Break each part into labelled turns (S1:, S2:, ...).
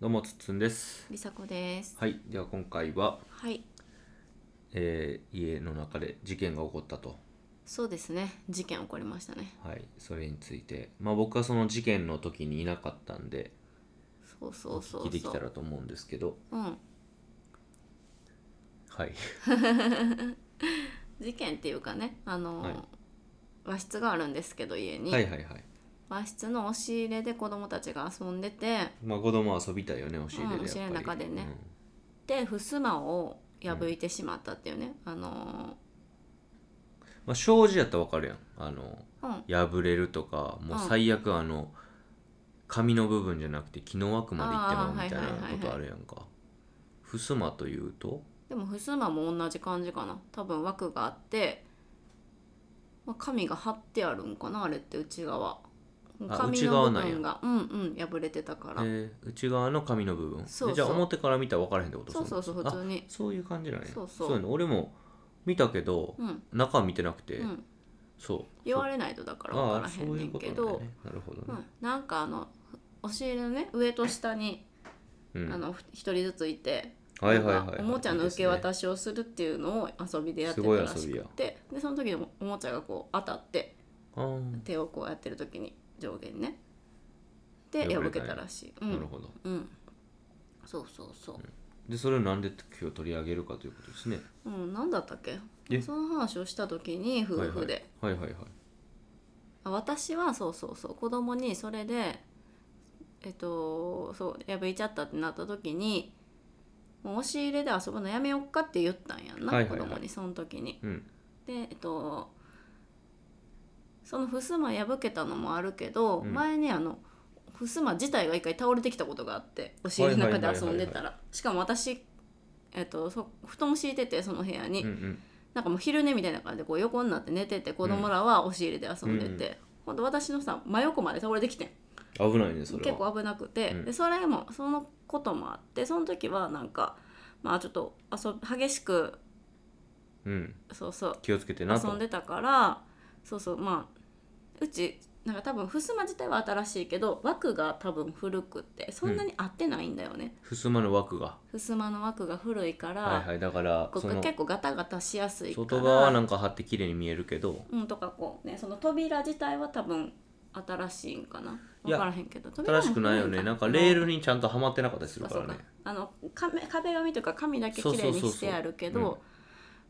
S1: どうもつっつんです。
S2: りさこです。
S1: はい、では今回は、
S2: はい、
S1: えー家の中で事件が起こったと。
S2: そうですね。事件起こりましたね。
S1: はい、それについて、まあ僕はその事件の時にいなかったんで、
S2: そうそうそ
S1: お
S2: う
S1: 聞
S2: そ
S1: き
S2: う。
S1: できたらと思うんですけど、
S2: うん。
S1: はい、
S2: 事件っていうかね、あの、
S1: はい
S2: 和室があるんですけど家に、
S1: はいはいはい。
S2: 和室の押し入れで子供たちが遊んでて、
S1: まあ子供は遊びたいよね、押し入れ
S2: うん
S1: でやっぱり。
S2: 押し入れの中でねで襖を破いてしまったっていうね、あの
S1: うんまあ障子やったらわかるやん。あの、
S2: うん
S1: 破れるとか、もう
S2: うん
S1: 最悪あの、紙の部分じゃなくて木の枠まで行ってまうみたいな
S2: あーはいはいはいはい
S1: ことあるやんか。ふすまというと、
S2: でも襖も同じ感じかな。多分枠があって、まあ、紙が貼ってあるんかなあれって内側。
S1: あ
S2: 紙
S1: 内
S2: の
S1: 側
S2: 部
S1: なんや
S2: 分がうんうん破れてたから、
S1: えー内側の紙の部分
S2: そうそう
S1: でじゃあ表から見たら分からへんってこと
S2: そうそうそう
S1: あ
S2: 普通に
S1: そういう感じなんや
S2: そうそう
S1: やね俺も見たけど
S2: うん
S1: 中は見てなくて、
S2: うん
S1: そう
S2: 言われないとだから分
S1: あ
S2: か
S1: あ
S2: ら
S1: そ
S2: へ
S1: うんい
S2: ね
S1: うんこと
S2: け
S1: なん
S2: ど
S1: やねなるほど
S2: う
S1: ね
S2: ん、なんかあの押し入れのね上と下に、
S1: うん
S2: あのふ一人ずついて、
S1: はいはいはい
S2: な
S1: は
S2: ん
S1: い
S2: かおもちゃの受け
S1: し
S2: 渡しをするっていうのを遊びでやってたらしくてでその時におもちゃがこう当たって
S1: あー
S2: 手をこうやってる時に上下にねで
S1: 破
S2: 破
S1: れた
S2: け
S1: んや
S2: たらしい、う
S1: なる
S2: ん
S1: ほど
S2: うん、そうそうそう、
S1: でそれをなんで今日取り上げるかということですね
S2: うん、何だったっけ
S1: え
S2: その話をした時に夫婦で、
S1: はいはいはいはい
S2: あ私はそうそうそう子供にそれでえっとそう破いちゃったってなった時にもう押し入れで遊ぶのやめよっかって言ったんやんな、
S1: はいはいはい
S2: 子供にその時に。
S1: うん
S2: でえっとその襖破けたのもあるけど、
S1: うん
S2: 前にあの襖自体が一回倒れてきたことがあって押し入れの中で遊んでたらしかも私、えっと、そ布団敷いててその部屋に。
S1: うんうん
S2: なんかもう昼寝みたいな感じでこう横になって寝てて子供らは押し入れで遊んでて、
S1: うんうん
S2: ほんと私のさ真横まで倒れてきてん
S1: 危ないねそれは
S2: 結構危なくて、
S1: うん
S2: でそれもそのこともあってその時はなんかまあちょっと遊び激しく
S1: うん
S2: そうそう
S1: 気をつけてなと
S2: 遊んでたからそうそうまあうちなんか多分襖自体は新しいけど枠が多分古くてそんなに合ってないんだよね、
S1: ふすまの枠が
S2: 襖の枠が古いから、
S1: はいはいだから
S2: こう
S1: その
S2: 結構ガタガタしやすいから
S1: 外側はなんか貼って綺麗に見えるけど
S2: うん、とかこうねその扉自体は多分新しいんかない
S1: や
S2: 分からへんけど扉
S1: 新し
S2: も
S1: くないよねなんかレールにちゃんとはまってなかったりする
S2: そう
S1: か
S2: から
S1: ね
S2: あの壁壁紙というか紙だけ綺麗にしてあるけ
S1: そう
S2: ど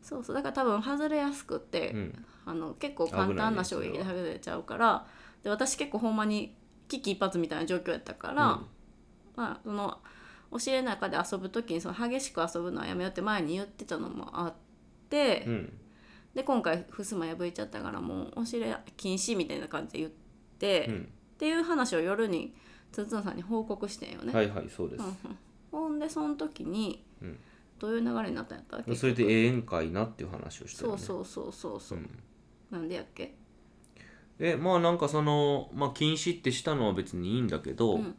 S2: そうそうだから多分外れやすくて、
S1: うん
S2: あの結構簡単な衝撃で外れちゃうから、で私結構ほんまに危機一髪みたいな状況やったから、まあそのお尻の中で遊ぶ時にその激しく遊ぶのはやめようって前に言ってたのもあって、
S1: うんうん
S2: で今回ふすま破いちゃったからもうおし入れ禁止みたいな感じで言って、
S1: う
S2: っ
S1: ん
S2: ていう話を夜につつんさんに報告してんよね、
S1: はいはいそうです
S2: うんう、んほんでその時に
S1: うん
S2: どういう流れになったんやったっけ
S1: それでええんかいなっていう話をしたよ
S2: そ
S1: ね
S2: うそうそうそうそう、
S1: ん
S2: なんでやっけ
S1: でまあなんかその、まあ、禁止ってしたのは別にいいんだけど、
S2: うん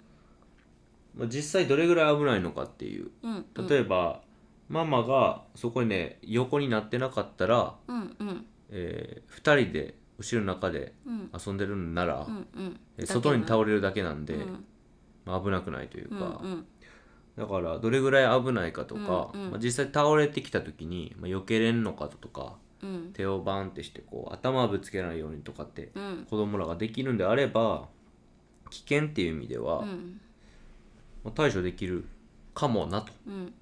S1: まあ、実際どれぐらい危ないのかっていう
S2: うんうん
S1: 例えば、ママがそこにね横になってなかったら、
S2: うんうん
S1: え2人で後ろの中で
S2: うん
S1: 遊んでるんなら、
S2: うんうん
S1: え外に
S2: れ
S1: 倒れるだけなんで、
S2: うん
S1: まあ、危なくないというか、
S2: うんうん
S1: だからどれぐらい危ないかとか、
S2: うんうん
S1: まあ、実際倒れてきた時に、まあ、避けれんのかとか
S2: うん
S1: 手をバンってしてこう頭ぶつけないようにとかって
S2: うん
S1: 子供らができるんであれば危険っていう意味では、
S2: うん
S1: まあ対処できるかもなと
S2: うん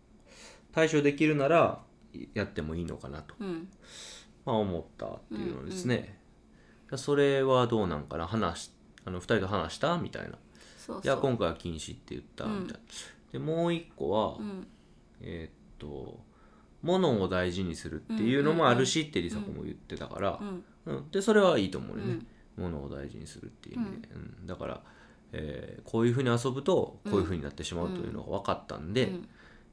S1: 対処できるならいやってもいいのかなと、
S2: うん
S1: まあ、思ったっていうのですね、それはどうなんかな話しあの2人と話したみたいな
S2: そう
S1: い
S2: そ
S1: や
S2: う
S1: 今回は禁止って言った
S2: うん
S1: みたいな、でもう一個は、
S2: うん
S1: えーっと物を大事にするっていうのもあるしって梨紗子も言ってたから
S2: う、ん
S1: うんでそれはいいと思う
S2: う
S1: よね、
S2: ん
S1: 物を大事にするっていう意味で、うんだから、えーこういうふうに遊ぶとこういうふうになってしまうというのが分かったんで、
S2: うん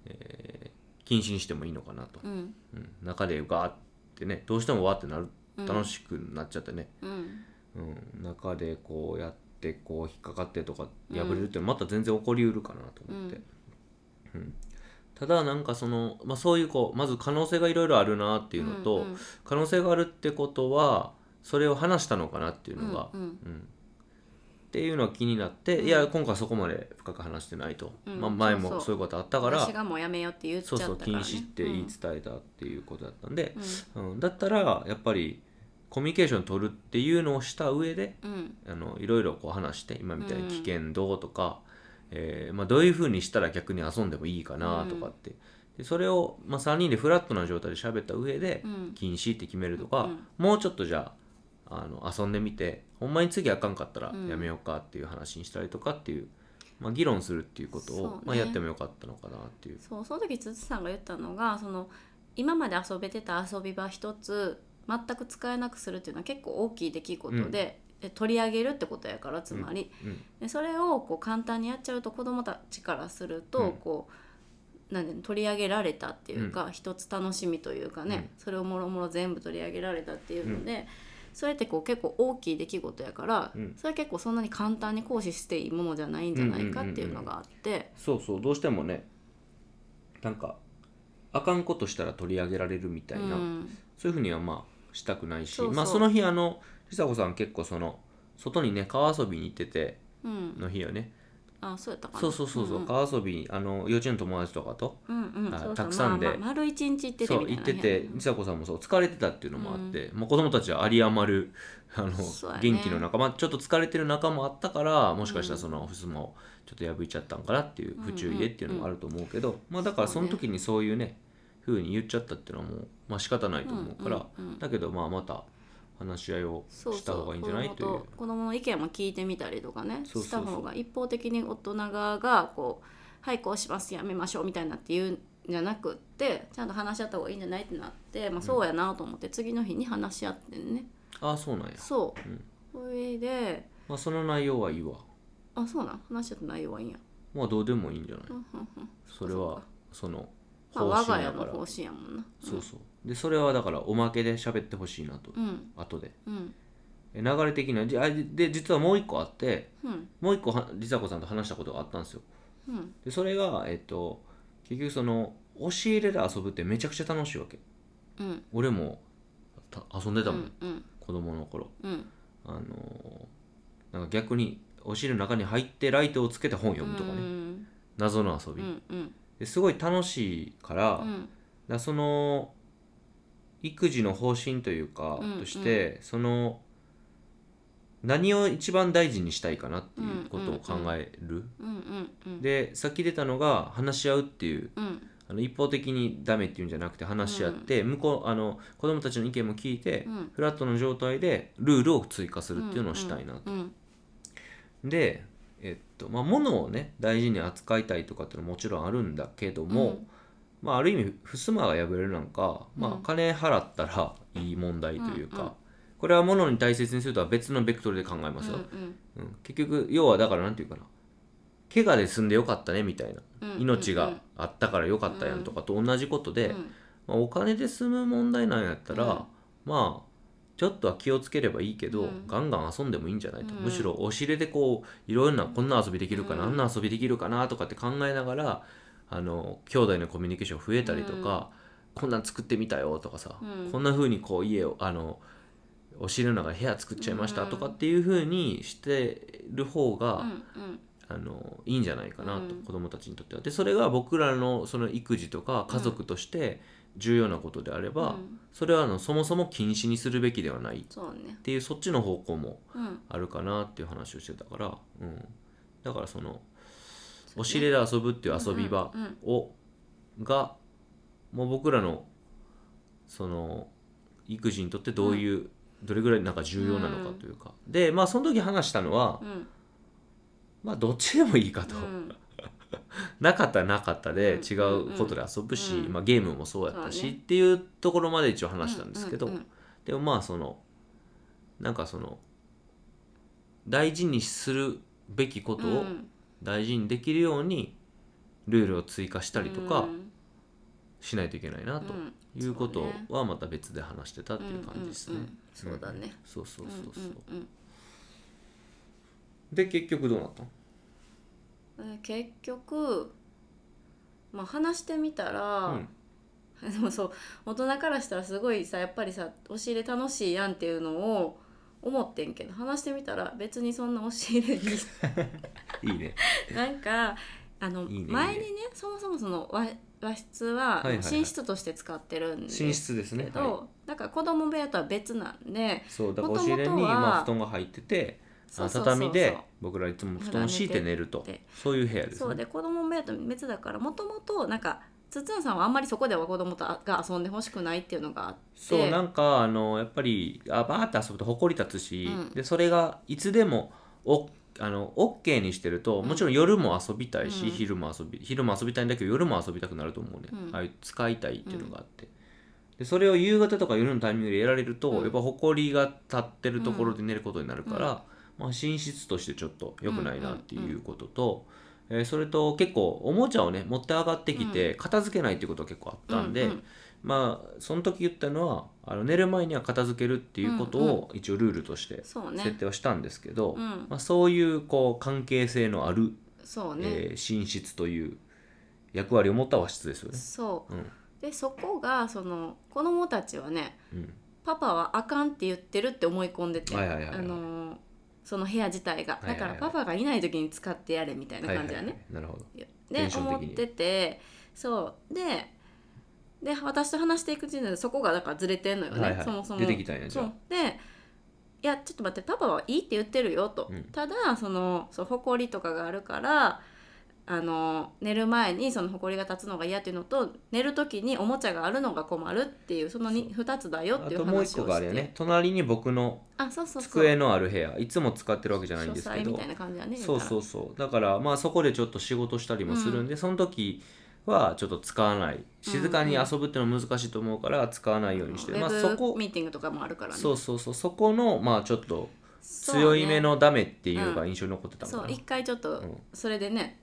S1: えー禁止にしてもいいのかなと、
S2: うん
S1: うん中でガーってねどうしてもわーってなる
S2: うん
S1: 楽しくなっちゃってね、
S2: うん
S1: うん、中でこうやってこう引っかかってとか破れるってまた全然起こりうるかなと思って、うんただなんかその、まあ、そういうこうまず可能性がいろいろあるなっていうのと、
S2: うんうん
S1: 可能性があるってことはそれを話したのかなっていうのが、
S2: うんう
S1: う
S2: ん
S1: んっていうのは気になって、
S2: うん
S1: いや今回そこまで深く話してないと、
S2: うん
S1: まあ、前
S2: そう
S1: も
S2: そう
S1: そういうことあったから
S2: 私がもうやめようって言っちゃ
S1: そ
S2: っ
S1: う
S2: たか
S1: そ
S2: ら、
S1: う
S2: ね、
S1: 禁止って言い伝えたっていうことだったんで、
S2: うん
S1: うんだったらやっぱりコミュニケーション取るっていうのをした上で
S2: うんうん
S1: あのいろいろこう話して今みたいに
S2: うん
S1: 危険度とか、えーまあ、どういうふうにしたら逆に遊んでもいいかなとかって、でそれを、まあ、3人でフラットな状態で喋った上で
S2: うん
S1: 禁止って決めるとか、
S2: うん
S1: もうちょっとじゃああの遊んでみてほんまに次あかんかったらやめようかっていう話にしたりとかっていう、まあ、議論するっていうこと
S2: そ
S1: を
S2: う、ね
S1: まあ、やってもよかったのかなっていう。
S2: そうその時つつさんが言ったのがその今まで遊べてた遊び場一つ全く使えなくするっていうのは結構大きい出来事で,、で取り上げるってことやからつまり、
S1: うん
S2: でそれをこう簡単にやっちゃうと子どもたちからすると、
S1: うん
S2: こうなんで取り上げられたっていうか、一つ楽しみというかね、それをもろもろ全部取り上げられたっていうので、それってこう結構大きい出来事やから、
S1: うん
S2: それ結構そんなに簡単に行使していいものじゃないんじゃないかっていうのがあって、
S1: そうそうどうしてもねなんかあかんことしたら取り上げられるみたいな、
S2: うん
S1: そういうふうにはまあしたくないし
S2: そうそう
S1: まあその日あのちさ子さん結構その外にね川遊びに行ってて
S2: うん、
S1: の日よね、
S2: あそうやったかな
S1: そうそうそうそう、
S2: んん
S1: 川遊びにあの幼稚園の友達とかと
S2: うんうん
S1: あ
S2: そうそう
S1: たくさんで
S2: まあまあ丸一日行ってて
S1: そ
S2: み
S1: う
S2: た
S1: 行
S2: いな
S1: っててちさ子さんもそう疲れてたっていうのもあって、まあ、子供たちは有り余るあの、
S2: そうやね
S1: 元気の中、まあ、ちょっと疲れてる中もあったからもしかしたらそのふすまをちょっと破いちゃったんかなっていう不注意でっていうのもあると思うけど、まあ、だからその時にそういうねふうに言っちゃったっていうのはもう、まあ仕方ないと思うから、
S2: うんうんうん
S1: だけどまあまた話し合いを
S2: そう
S1: した
S2: そう
S1: 方がいいんじゃない
S2: 子供と子供の意見も聞いてみたりとかね
S1: そうそうそう
S2: した方が一方的に大人側がこう「はいこうしますやめましょう」みたいなって言うんじゃなくってちゃんと話し合った方がいいんじゃないってなって、まあ、そうやなと思って次の日に話し合ってんね、
S1: ああそうなんや、
S2: そう、
S1: うん
S2: それで
S1: まあ、その内容はいいわ
S2: あそうなん話し合った内容はいいんや、
S1: まあどうでもいいんじゃない
S2: うんうんうん
S1: それはその
S2: まあ、我が家
S1: や
S2: の
S1: から
S2: 方針やもんな
S1: そうそうでそれはだからおまけで喋ってほしいなと、
S2: うん
S1: 後で
S2: うん
S1: え流れ的にはじあで実はもう一個あって
S2: うん
S1: もう一個はりさこさんと話したことがあったんですよ
S2: うん
S1: でそれがえっと結局その押し入れで遊ぶってめちゃくちゃ楽しいわけ
S2: うん
S1: 俺もた遊んで
S2: う
S1: たもん、
S2: んうん
S1: 子供の頃
S2: うん
S1: あのーなんか逆に押し入れの中に入ってライトをつけて本読むとかね、
S2: うん
S1: 謎の遊
S2: う
S1: び、
S2: んうん
S1: ですごい楽しいから、
S2: う
S1: だか
S2: ん
S1: らその育児の方針というか、
S2: うん
S1: としてその何を一番大事にしたいかなっていうことを考える、
S2: うんうんうん
S1: でさっき出たのが話し合うっていう
S2: うん
S1: あの一方的にダメっていうんじゃなくて話し合って、向こうあの子供たちの意見も聞いて、
S2: うん
S1: フラットの状態でルールを追加するっていうのをしたいなと、
S2: うん
S1: でえっとまあ物をね大事に扱いたいとかってのももちろんあるんだけども、
S2: うん
S1: まあ、ある意味襖が破れるなんか、
S2: う
S1: ま
S2: ん
S1: あ、金払ったらいい問題というか、
S2: うんうん
S1: これは物に大切にするとは別のベクトルで考えますよ、
S2: うんうん
S1: うん結局要はだからなんていうかな怪我で済んでよかったねみたいな
S2: うん
S1: 命があったからよかったやんとかと同じことで、
S2: うん
S1: まあ、お金で済む問題なんやったら、
S2: うん
S1: まあちょっとは気をつければいいけど、
S2: うん
S1: ガンガン遊んでもいいんじゃないと、
S2: うん
S1: むしろ押し入れでこういろんなこんな遊びできるかな、
S2: うん
S1: あんな遊びできるかなとかって考えながらあの兄弟のコミュニケーション増えたりとか、こんなん作ってみたよとかさ、
S2: うん
S1: こんな風にこう家をあの押し入れの中で部屋作っちゃいましたとかっていう風にしてる方が、
S2: うんうん
S1: あのいいんじゃないかなと、
S2: うん
S1: 子どもたちにとっては。でそれが僕らのその育児とか家族として重要なことであれば、
S2: うん
S1: それはあのそもそも禁止にするべきではないっ
S2: そうね
S1: ていうそっちの方向も
S2: うん
S1: あるかなっていう話をしてたから、うん、だからその押し入れで遊ぶっていう遊び場
S2: うんうん
S1: を、がもう僕らのその育児にとってどういう、どれぐらいなんか重要なのかというか、でまあその時話したのは、
S2: うん
S1: まあどっちでもいいかと。
S2: うん
S1: なかったらなかったで
S2: うん
S1: 違うことで遊ぶし、
S2: うん
S1: まあ、ゲームもそうやった
S2: そう
S1: し、
S2: ね
S1: っていうところまで一応話したんですけど、
S2: うんうん
S1: でもまあそのなんかその大事にするべきこと
S2: う
S1: を
S2: ん
S1: 大事にできるようにルールを追加したりと
S2: う
S1: か
S2: ん
S1: しないといけないなと
S2: うん
S1: いうこと
S2: そうね
S1: はまた別で話してたっていう感じですね。
S2: うんうんうんそうだね
S1: そうそうそうそう。
S2: うんうん
S1: で結局どうなったの
S2: うんえ結局まあ話してみたら
S1: うん
S2: でもそう大人からしたらすごいさやっぱりさ押し入れ楽しいやんっていうのを思ってんけど話してみたら別にそんな押し入れに
S1: いいね
S2: なんかあの
S1: いいね
S2: 前にねそもそもその和和室
S1: はい
S2: は
S1: はいはい
S2: 寝室として使ってるんですけど、
S1: 寝室ですね、は
S2: だから子供部屋とは別なんで
S1: い、そうだから押し入れに
S2: 元々は
S1: まあ布団が入ってて
S2: そう
S1: あ
S2: そうそうそう
S1: 畳で僕らいつも布団を敷いて寝ると
S2: 布団寝て
S1: そういう部屋ですね
S2: そうで子供部屋と別だからもともとなんかつつんさんはあんまりそこでは子供とあが遊んでほしくないっていうのがあって
S1: そうなんかあのやっぱりあバーって遊ぶと埃立つし、
S2: うん
S1: でそれがいつでもおあの OK にしてるともちろん夜も遊びたいし、
S2: うん
S1: 昼も遊び昼も遊びたいんだけど夜も遊びたくなると思うね、
S2: うん
S1: ああいう使いたいっていうのがあって、でそれを夕方とか夜のタイミングでやられると、
S2: うん
S1: やっぱ埃が立ってるところで寝ることになるから、まあ、寝室としてちょっと良くないなっていうことと、えーそれと結構おもちゃをね持って上がってきて片付けないっていうことが結構あったんで、
S2: うんうん
S1: まあその時言ったのはあの寝る前には片付けるっていうことを一応ルールとして
S2: そう
S1: 設
S2: ね
S1: 定はしたんですけど、
S2: うん
S1: まあ、そういうこう関係性のある、
S2: そうね、
S1: えー寝室という役割を持った和室ですよね。
S2: そう
S1: うん
S2: でそこがその子供たちはね
S1: うん
S2: パパはあかんって言ってるって思い込んでて、
S1: はいはいはいはい
S2: あのーその部屋自体が
S1: いは
S2: だ
S1: いはい
S2: からパパがいない時に使ってやれみたいな
S1: はいは
S2: 感
S1: い
S2: じ
S1: は
S2: だ
S1: い
S2: ね。
S1: なるほど。テ
S2: で
S1: ンション
S2: 思
S1: 的
S2: っ
S1: に
S2: ててそうでで私と話していくうちにそこがだからずれてんのよね、
S1: はいはい
S2: そもそも。
S1: 出てきたんやじ
S2: そ
S1: ゃ
S2: うでいやちょっと待ってパパはいいって言ってるよと、
S1: うん
S2: ただそのそう埃とかがあるからあの寝る前にその埃が立つのが嫌っていうのと寝る時におもちゃがあるのが困るっていうその 2, 二つだよ
S1: あ。
S2: っ
S1: あ
S2: ていう
S1: ともう
S2: 話
S1: 一個
S2: を
S1: があ
S2: し
S1: れ
S2: て
S1: よね隣に僕の
S2: あそうそうそう
S1: 机のある部屋いつも使ってるわけじゃないんです
S2: 書
S1: け
S2: 斎み
S1: ど
S2: たいな感じだね
S1: そうそううそうだからまあそこでちょっと仕事したりもするんで、その時はちょっと使わない静かに遊ぶっていうのは難しいと思うから使わないようにして、
S2: ウ
S1: まあ
S2: ェ
S1: そ
S2: ブ
S1: こ
S2: ミーティングとかもあるからね
S1: そうそうそうそこのまあちょっと
S2: そうね
S1: 強い目のダメっていうのが印象に残ってた
S2: そ
S1: もん
S2: う
S1: な、
S2: 一回ちょっと
S1: うん
S2: それでね、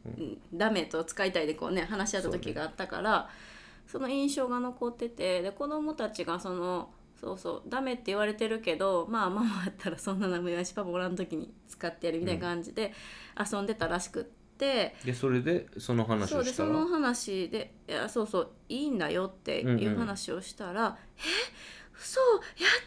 S2: ダメと使いたいでこうね話し合った時があったからそ,、の印象が残っててで子供たちがそのそうそうダメって言われてるけどまあママだったらそんなのも言わんしパパおらん時に使ってやるみたいな感じで遊んでたらしくって、
S1: でそれでその話
S2: そう
S1: を
S2: で
S1: した
S2: そ
S1: ら
S2: の話でいやそうそういいんだよってい
S1: んう
S2: うん話をしたら、え嘘やっ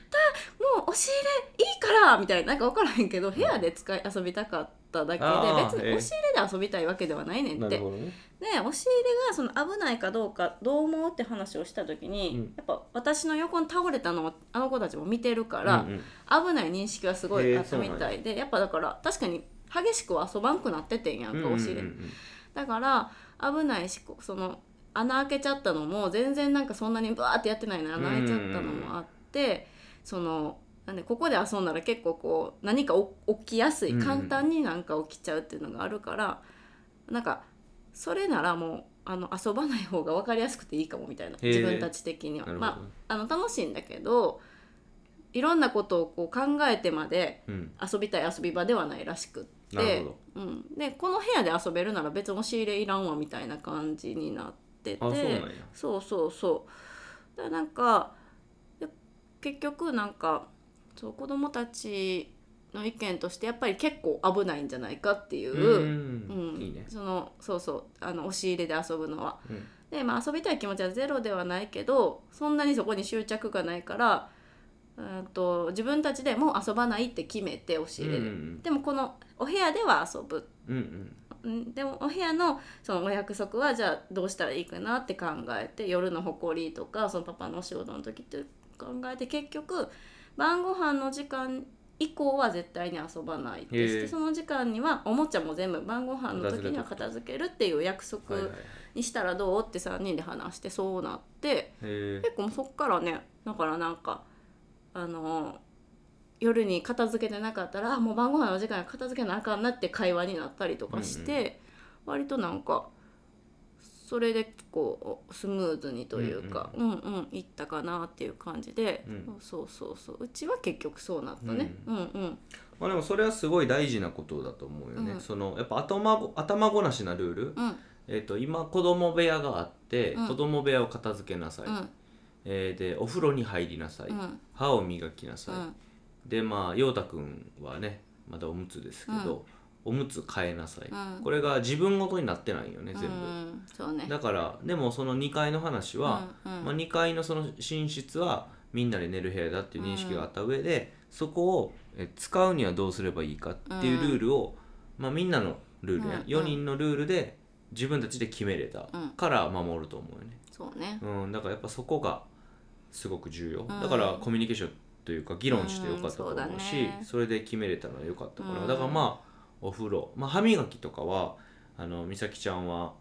S2: たもう押し入れいいからみたいななんか分からへんけど部屋で使い遊びたかっただけ
S1: あーえ
S2: で別に
S1: え
S2: 押し入れで遊びたいわけではないねんっ
S1: な
S2: て
S1: るほどね
S2: で押し入れがその危ないかどうかどう思うって話をした時に、
S1: うん
S2: やっぱ私の横に倒れたのをあの子たちも見てるから、
S1: うんうん
S2: 危ない認識はすごいあったみ
S1: へえそうな
S2: たいで、やっぱだから確かに激しくは遊ばんくなっててんやんか、
S1: うんうんうん
S2: 押し入れだから危ないしこその穴開けちゃったのも全然なんかそんなにバーってやってないのに穴開いちゃったのもあってそのなんでここで遊んだら結構こう何かお起きやすい
S1: うんうん
S2: 簡単になんか起きちゃうっていうのがあるからなんかそれならもうあの遊ばない方が分かりやすくていいかもみたい
S1: へ
S2: な
S1: え
S2: 自分たち的には。
S1: なるほど、
S2: まああの楽しいんだけどいろんなことをこう考えてまで
S1: うん
S2: 遊びたい遊び場ではないらしくっ
S1: なる
S2: て
S1: ほど、
S2: うん、でこの部屋で遊べるなら別に押し入れいらんわみたいな感じになってて
S1: あそうなんや
S2: そうそうそうだからなんかで結局なんかそう子供たちの意見としてやっぱり結構危ないんじゃないかっていう、
S1: うん
S2: うん
S1: いいね
S2: そのそうそうあの押し入れで遊ぶのは、
S1: うん
S2: で、まあ、遊びたい気持ちはゼロではないけどそんなにそこに執着がないからうんと自分たちでもう遊ばないって決めて押し入れで、
S1: うん
S2: でもこのお部屋では遊ぶ
S1: うんうん
S2: うんでもお部屋のそのお約束はじゃあどうしたらいいかなって考えて夜の誇りとかそのパパのお仕事の時って考えて結局晩ご飯の時間以降は絶対に遊ばないってし
S1: へえ
S2: てその時間にはおもちゃも全部晩ご飯の時には
S1: 片
S2: 片付けるっていう約
S1: うん
S2: 束
S1: はいはいはい
S2: にしたらどうって3人で話してそうなって
S1: へえ
S2: 結構もうそっからねだからなんかあの夜に片付けてなかったらあもう晩ご飯の時間に片付けなあかんなって会話になったりとかして、割となんかそれで結構スムーズにというか、うんうんいったかなっていう感じで、
S1: うん
S2: そうそうそううちは結局そうなったね、うん、うん
S1: まあでもそれはすごい大事なことだと思うよね、
S2: うん
S1: そのやっぱ頭ご頭ごなしなルール、
S2: うん
S1: えっと今子供部屋があって、
S2: うん
S1: 子供部屋を片付けなさい、
S2: うん
S1: えーでお風呂に入りなさい、
S2: うんうん
S1: 歯を磨きなさい、
S2: うん
S1: でまあ陽太くんはねまだおむつですけど、おむつ変えなさい、
S2: うん
S1: これが自分ごとになってないよね全
S2: う
S1: 部、
S2: ん、そうね
S1: だからでもその2階の話は、
S2: うんうん
S1: まあ、2階のその寝室はみんなで寝る部屋だっていう認識があった上で、そこをえ使うにはどうすればいいかっていうルールを、まあ、みんなのルール
S2: うん
S1: ね
S2: うん
S1: 4人のルールで自分たちで決めれた
S2: うん
S1: から守ると思うよね、
S2: そうね
S1: うん、だからやっぱそこがすごく重要、
S2: ん
S1: だからコミュニケーションというか議論してよかったと思うし、
S2: うん
S1: そ
S2: そうだね
S1: れで決めれたのはよかったから、
S2: うん
S1: だからまあお風呂、まあ、歯磨きとかはあの美咲ちゃんは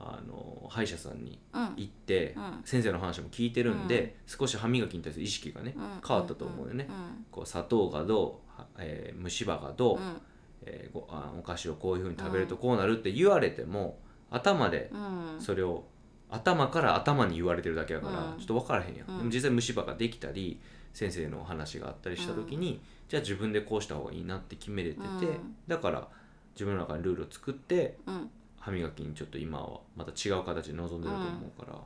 S1: あの歯医者さんに
S2: うんうん
S1: 行って、
S2: うん
S1: 先生の話も聞いてるんで、少し歯磨きに対する意識がね、変わったと思うよね、こう砂糖がどう、はえー虫歯がどう、
S2: うんうん
S1: えーごあお菓子をこういうふうに食べるとこうなるって言われても、頭で
S2: うん
S1: それを頭から頭に言われてるだけだから、
S2: うん
S1: ちょっと分からへんやん、
S2: うん
S1: でも実際虫歯ができたり先生のお話があったりした時に、じゃあ自分でこうした方がいいなって決めれてて、
S2: うん
S1: だから自分の中にルールを作って
S2: うん
S1: 歯磨きにちょっと今はまた違う形で臨んでると思うから、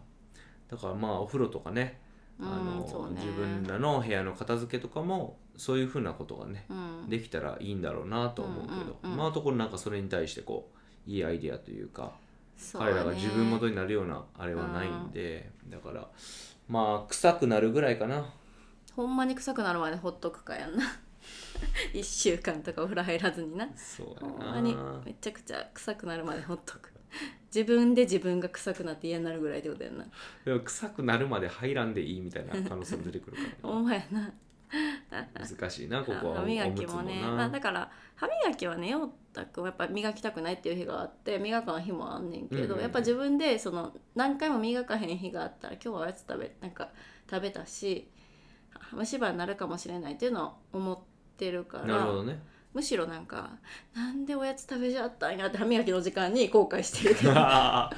S1: だからまあお風呂とかねあの
S2: うんそうね
S1: 自分らの部屋の片付けとかもそういうふうなことがね
S2: うん
S1: できたらいいんだろうなと思うけど、
S2: うんうんうん
S1: まあところなんかそれに対してこういいアイデアというか
S2: そう
S1: 彼らが
S2: ね
S1: 自分ごとになるようなあれはないんで、だからまあ臭くなるぐらいかな
S2: ほんまに臭くなるまでほっとくかやんな 一週間とかお風呂入らずにな
S1: そう
S2: ほん
S1: や
S2: まに
S1: な
S2: めちゃくちゃ臭くなるまでほっとく自分で自分が臭くなって嫌になるぐらいってことやんな
S1: でも臭くなるまで入らんでいいみたいな可能性も出てくるか
S2: ほんまやな
S1: ら難しいなここは
S2: 歯磨きもね
S1: おむつもな
S2: あだから歯磨きはね陽太くんはやっぱ磨きたくないっていう日があって磨かん日もあんねんけ
S1: うんうん
S2: ど、
S1: うん
S2: やっぱ自分でその何回も磨かへん日があったら今日はおやつ食べなんか食べたし虫歯になるかもしれないっていうのは思ってるから
S1: なるほど ね
S2: むしろなんかなんでおやつ食べちゃったんやって歯磨きの時間に後悔してる けど
S1: それは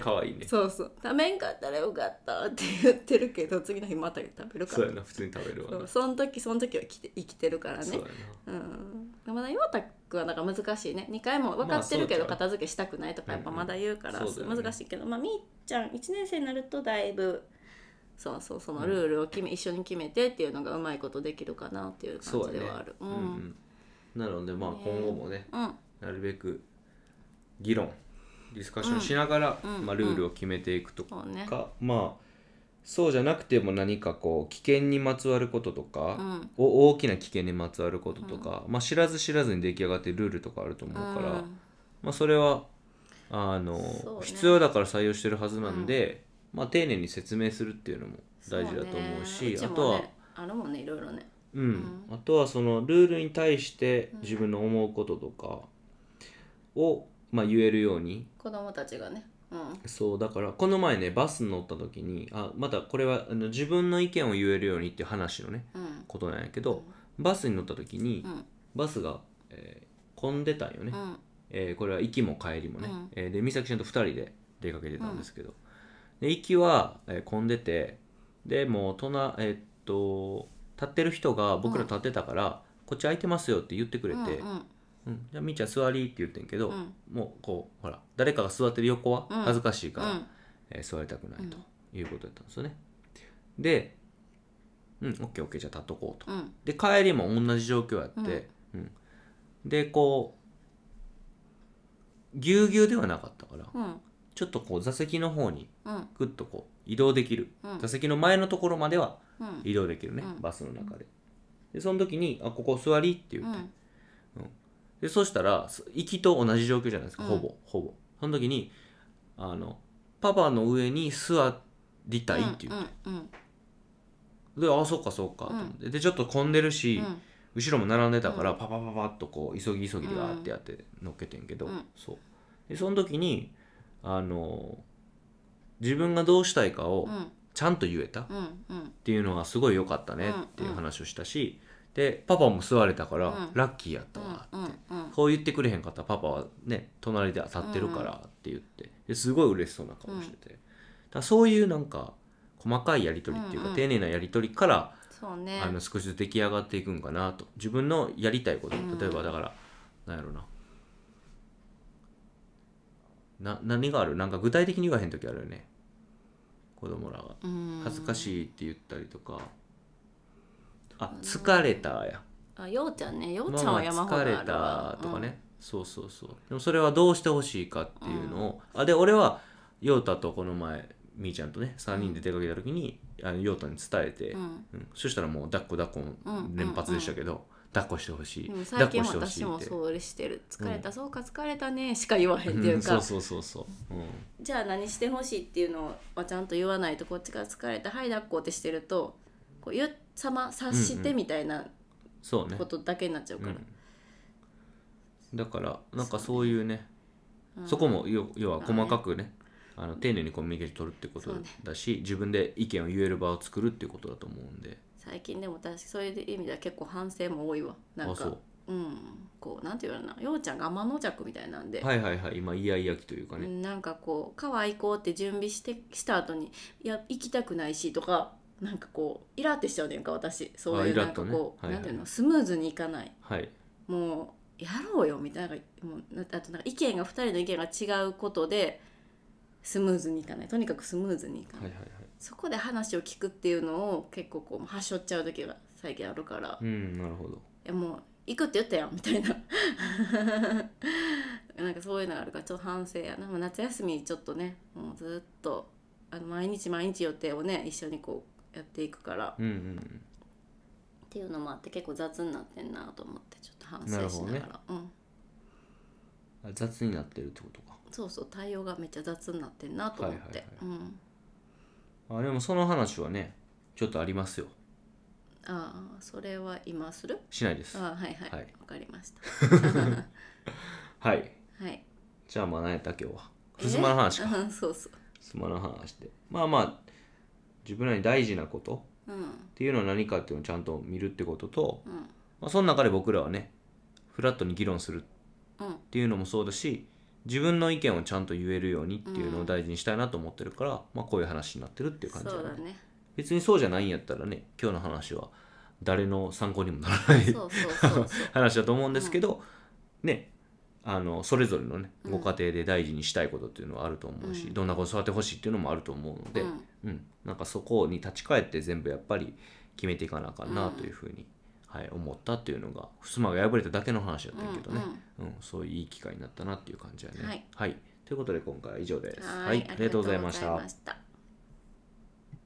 S1: 可愛いね
S2: そうそう食べんかったらよかったって言ってるけど次の日また食べるか
S1: そう
S2: ら
S1: やな普通に食べるわ
S2: そう
S1: な
S2: その時その時は生きて生きてるからね
S1: そうやな
S2: うん、まだ陽太くんはなんか難しいね2回も分かって
S1: まあそ
S2: るけ
S1: うちゃ
S2: ど
S1: う
S2: 片付けしたくないとかやっぱまだ言うから
S1: うんうんそうだよね
S2: 難しいけど、まあみーちゃん1年生になるとだいぶそうそうそのルールを決め、一緒に決めてっていうのがうまいことできるかなっていう感
S1: そ
S2: じ
S1: うや
S2: で
S1: ね
S2: はあるう,、
S1: うん
S2: ん、うん
S1: うんなのでまあ
S2: ね
S1: 今後もね
S2: うん
S1: なるべく議論ディスカッションしながら、
S2: うんうん
S1: まあ、ルールを決めていくと
S2: そうね
S1: か、まあそうじゃなくても何かこう危険にまつわることとか、
S2: うん
S1: お大きな危険にまつわることとか、まあ、知らず知らずに出来上がってるルールとかあると思うから、
S2: うん
S1: まあ、それはあの、
S2: そうね
S1: 必要だから採用してるはずなんで、まあ、丁寧に説明するっていうのも大事だと思う
S2: そね
S1: し
S2: ち
S1: あ
S2: もね
S1: とは
S2: あるもんねいろいろね
S1: うん、あとはそのルールに対して自分の思うこととかを、まあ、言えるように
S2: 子供たちがねうん
S1: そうだからこの前ねバスに乗った時にあまたこれはあの自分の意見を言えるようにっていう話のね
S2: うん
S1: ことなんやけどバスに乗った時に
S2: うん
S1: バスが、えー混んでたんよね、
S2: うん
S1: えーこれは行きも帰りもね、
S2: うん
S1: えーで美咲ちゃんと2人で出かけてたんですけど、で行きは、えー混んでてでもう隣えーっと立ってる人が僕ら立ってたから、こっち空いてますよって言ってくれて、うん
S2: うん
S1: じゃあみーちゃん座りって言ってんけど、
S2: うん
S1: もうこうほら誰かが座ってる横は
S2: うん
S1: 恥ずかしいから、
S2: うん
S1: えー座りたくないということだったんですよね、でうん OKOK じゃあ立っとこうと
S2: うん
S1: で帰りも同じ状況やって、うんでこうぎゅうぎゅうではなかったから
S2: うん
S1: ちょっとこう座席の方に
S2: うん
S1: グッとこう移動できる、
S2: うん
S1: 座席の前のところまでは
S2: うん
S1: 移動できるね、
S2: うん
S1: バスの中ででその時に「あここ座り」って言
S2: う
S1: って、
S2: ん
S1: でそしたらそ行きと同じ状況じゃないですか、
S2: うん
S1: ほぼほぼその時にあの「パパの上に座りたい」っていう、
S2: うんうん
S1: で「あそうかそうか」と思って、でちょっと混んでるし、
S2: うん
S1: 後ろも並んでたから、
S2: うん
S1: パパパパッとこう急ぎ急ぎでガーってやって乗っけてんけど、
S2: うん
S1: そうでその時にあの自分がどうしたいかを
S2: うん
S1: ちゃんと言えたっ
S2: うんうん
S1: ていうのがすごい良かったねっていう話をしたし、でパパも座れたから、
S2: うん
S1: ラッキーやったわ、
S2: うんうん
S1: こう言ってくれへんかったらパパはね隣で当たってるからって言ってですごい嬉しそうな顔してて、だからそういうなんか細かいやり取りっていうか、
S2: うんうん
S1: 丁寧なやり取りから
S2: そうね
S1: あの少しずつ出来上がっていくんかなと自分のやりたいこと
S2: うん
S1: 例えばだから、なんやろなな何があるなんか具体的に言わへん時あるよね子供らが恥ずか
S2: い
S1: しいって言ったりとか、あ疲れたや
S2: あようちゃんねようちゃん
S1: ママ
S2: は山ほどあ
S1: 疲
S2: る
S1: れ
S2: わ
S1: たとかね、そうそうそうでもそれはどうしてほしいかっていうのを、あで俺は陽太とこの前みーちゃんとね3人で出かけた時にあの陽太に伝えて、
S2: うん
S1: うんそしたらもう抱っこ抱っこ
S2: うん
S1: 連発でしたけど、抱っこしてほしい、
S2: でも
S1: 抱
S2: 最
S1: っこ
S2: 近
S1: してほし
S2: 私
S1: いっ
S2: も
S1: て
S2: それしてる疲れた、そうか疲れたねしか言わへんっていううんか、
S1: そうそうそうそう、うん、
S2: じゃあ何してほしいっていうのはちゃんと言わないとこっちから疲れた「はい抱っこ」ってしてるとこう言うさま察してみたいな
S1: そうね
S2: ことだけになっちゃうから、
S1: うん、だからなんかそういうねそこも要要は細かくねあの丁寧にコミュニケーション取るってこと
S2: そうね
S1: だし、自分で意見を言える場を作るってことだと思うんで
S2: 最近でも私そういう意味では結構反省も多いわなん
S1: あそ
S2: かうんこうなんて言うのかなようちゃんが天の弱みたいなんで、
S1: うはいはいはい今イヤイヤ期というか
S2: う
S1: ね、
S2: んなんかこう可愛い子って準備してした後にいや行きたくないしとかなんかこうイラってしちゃうねんか私そう
S1: あ
S2: いう
S1: イラッ
S2: なんか
S1: とね
S2: こう、
S1: はいは
S2: ないんていうのスムーズにいかない
S1: はい
S2: もうやろうよみたいなもうなあとなんか意見が2人の意見が違うことでスムーズにいかないとにかくスムーズにいか
S1: はい
S2: ない、
S1: はいはい
S2: そこで話を聞くっていうのを結構こうはしょっちゃう時が最近あるから、い
S1: うんなるほど
S2: やもう行くって言ったやんみたいな なんかそういうのがあるからちょっと反省やな、まあ夏休みちょっとねもうずっとあの毎日毎日予定をね一緒にこうやっていくから
S1: うんうん
S2: っていうのもあって結構雑になってんなと思ってちょっと反
S1: なる
S2: 省し
S1: ほど
S2: な
S1: ね
S2: がら。うん
S1: あ雑になってるってことか
S2: そうそう対応がめっちゃ雑になってんなと思って、
S1: はい
S2: うん
S1: あでもその話はねちょっとありますよ
S2: ああそれは今する
S1: しないです
S2: ああはいはいわ、
S1: はい
S2: かりました
S1: はい
S2: はい
S1: じゃあまあ何やった今日は
S2: え
S1: ふすまの話か
S2: うんそうそう
S1: ふすまの話でまあまあ自分らに大事なこと
S2: うん
S1: っていうのは何かっていうのをちゃんと見るってことと、
S2: うん
S1: まあ、その中で僕らはねフラットに議論する
S2: うん
S1: っていうのもそうだし自分の意見をちゃんと言えるようにっていうのを大事にしたいなと思ってるから、まあ、こういう話になってるっていう感じだ
S2: そ
S1: ね
S2: うだ ね
S1: 別にそうじゃないんやったらね今日の話は誰の参考にもならない
S2: そうそうそう
S1: 話だと思うんですけど、ねあのそれぞれのねご家庭で大事にしたいことっていうのはあると思うし、どんな子育てほしいっていうのもあると思うので、
S2: う
S1: うんんなんかそこに立ち返って全部やっぱり決めていかなあかんなというふうに、はい、思ったっていうのが襖が破れただけの話だったけどね、うんそういういい機会になったなっていう感じやね。
S2: はい
S1: ということで今回は以上です。
S2: はいありがとうございました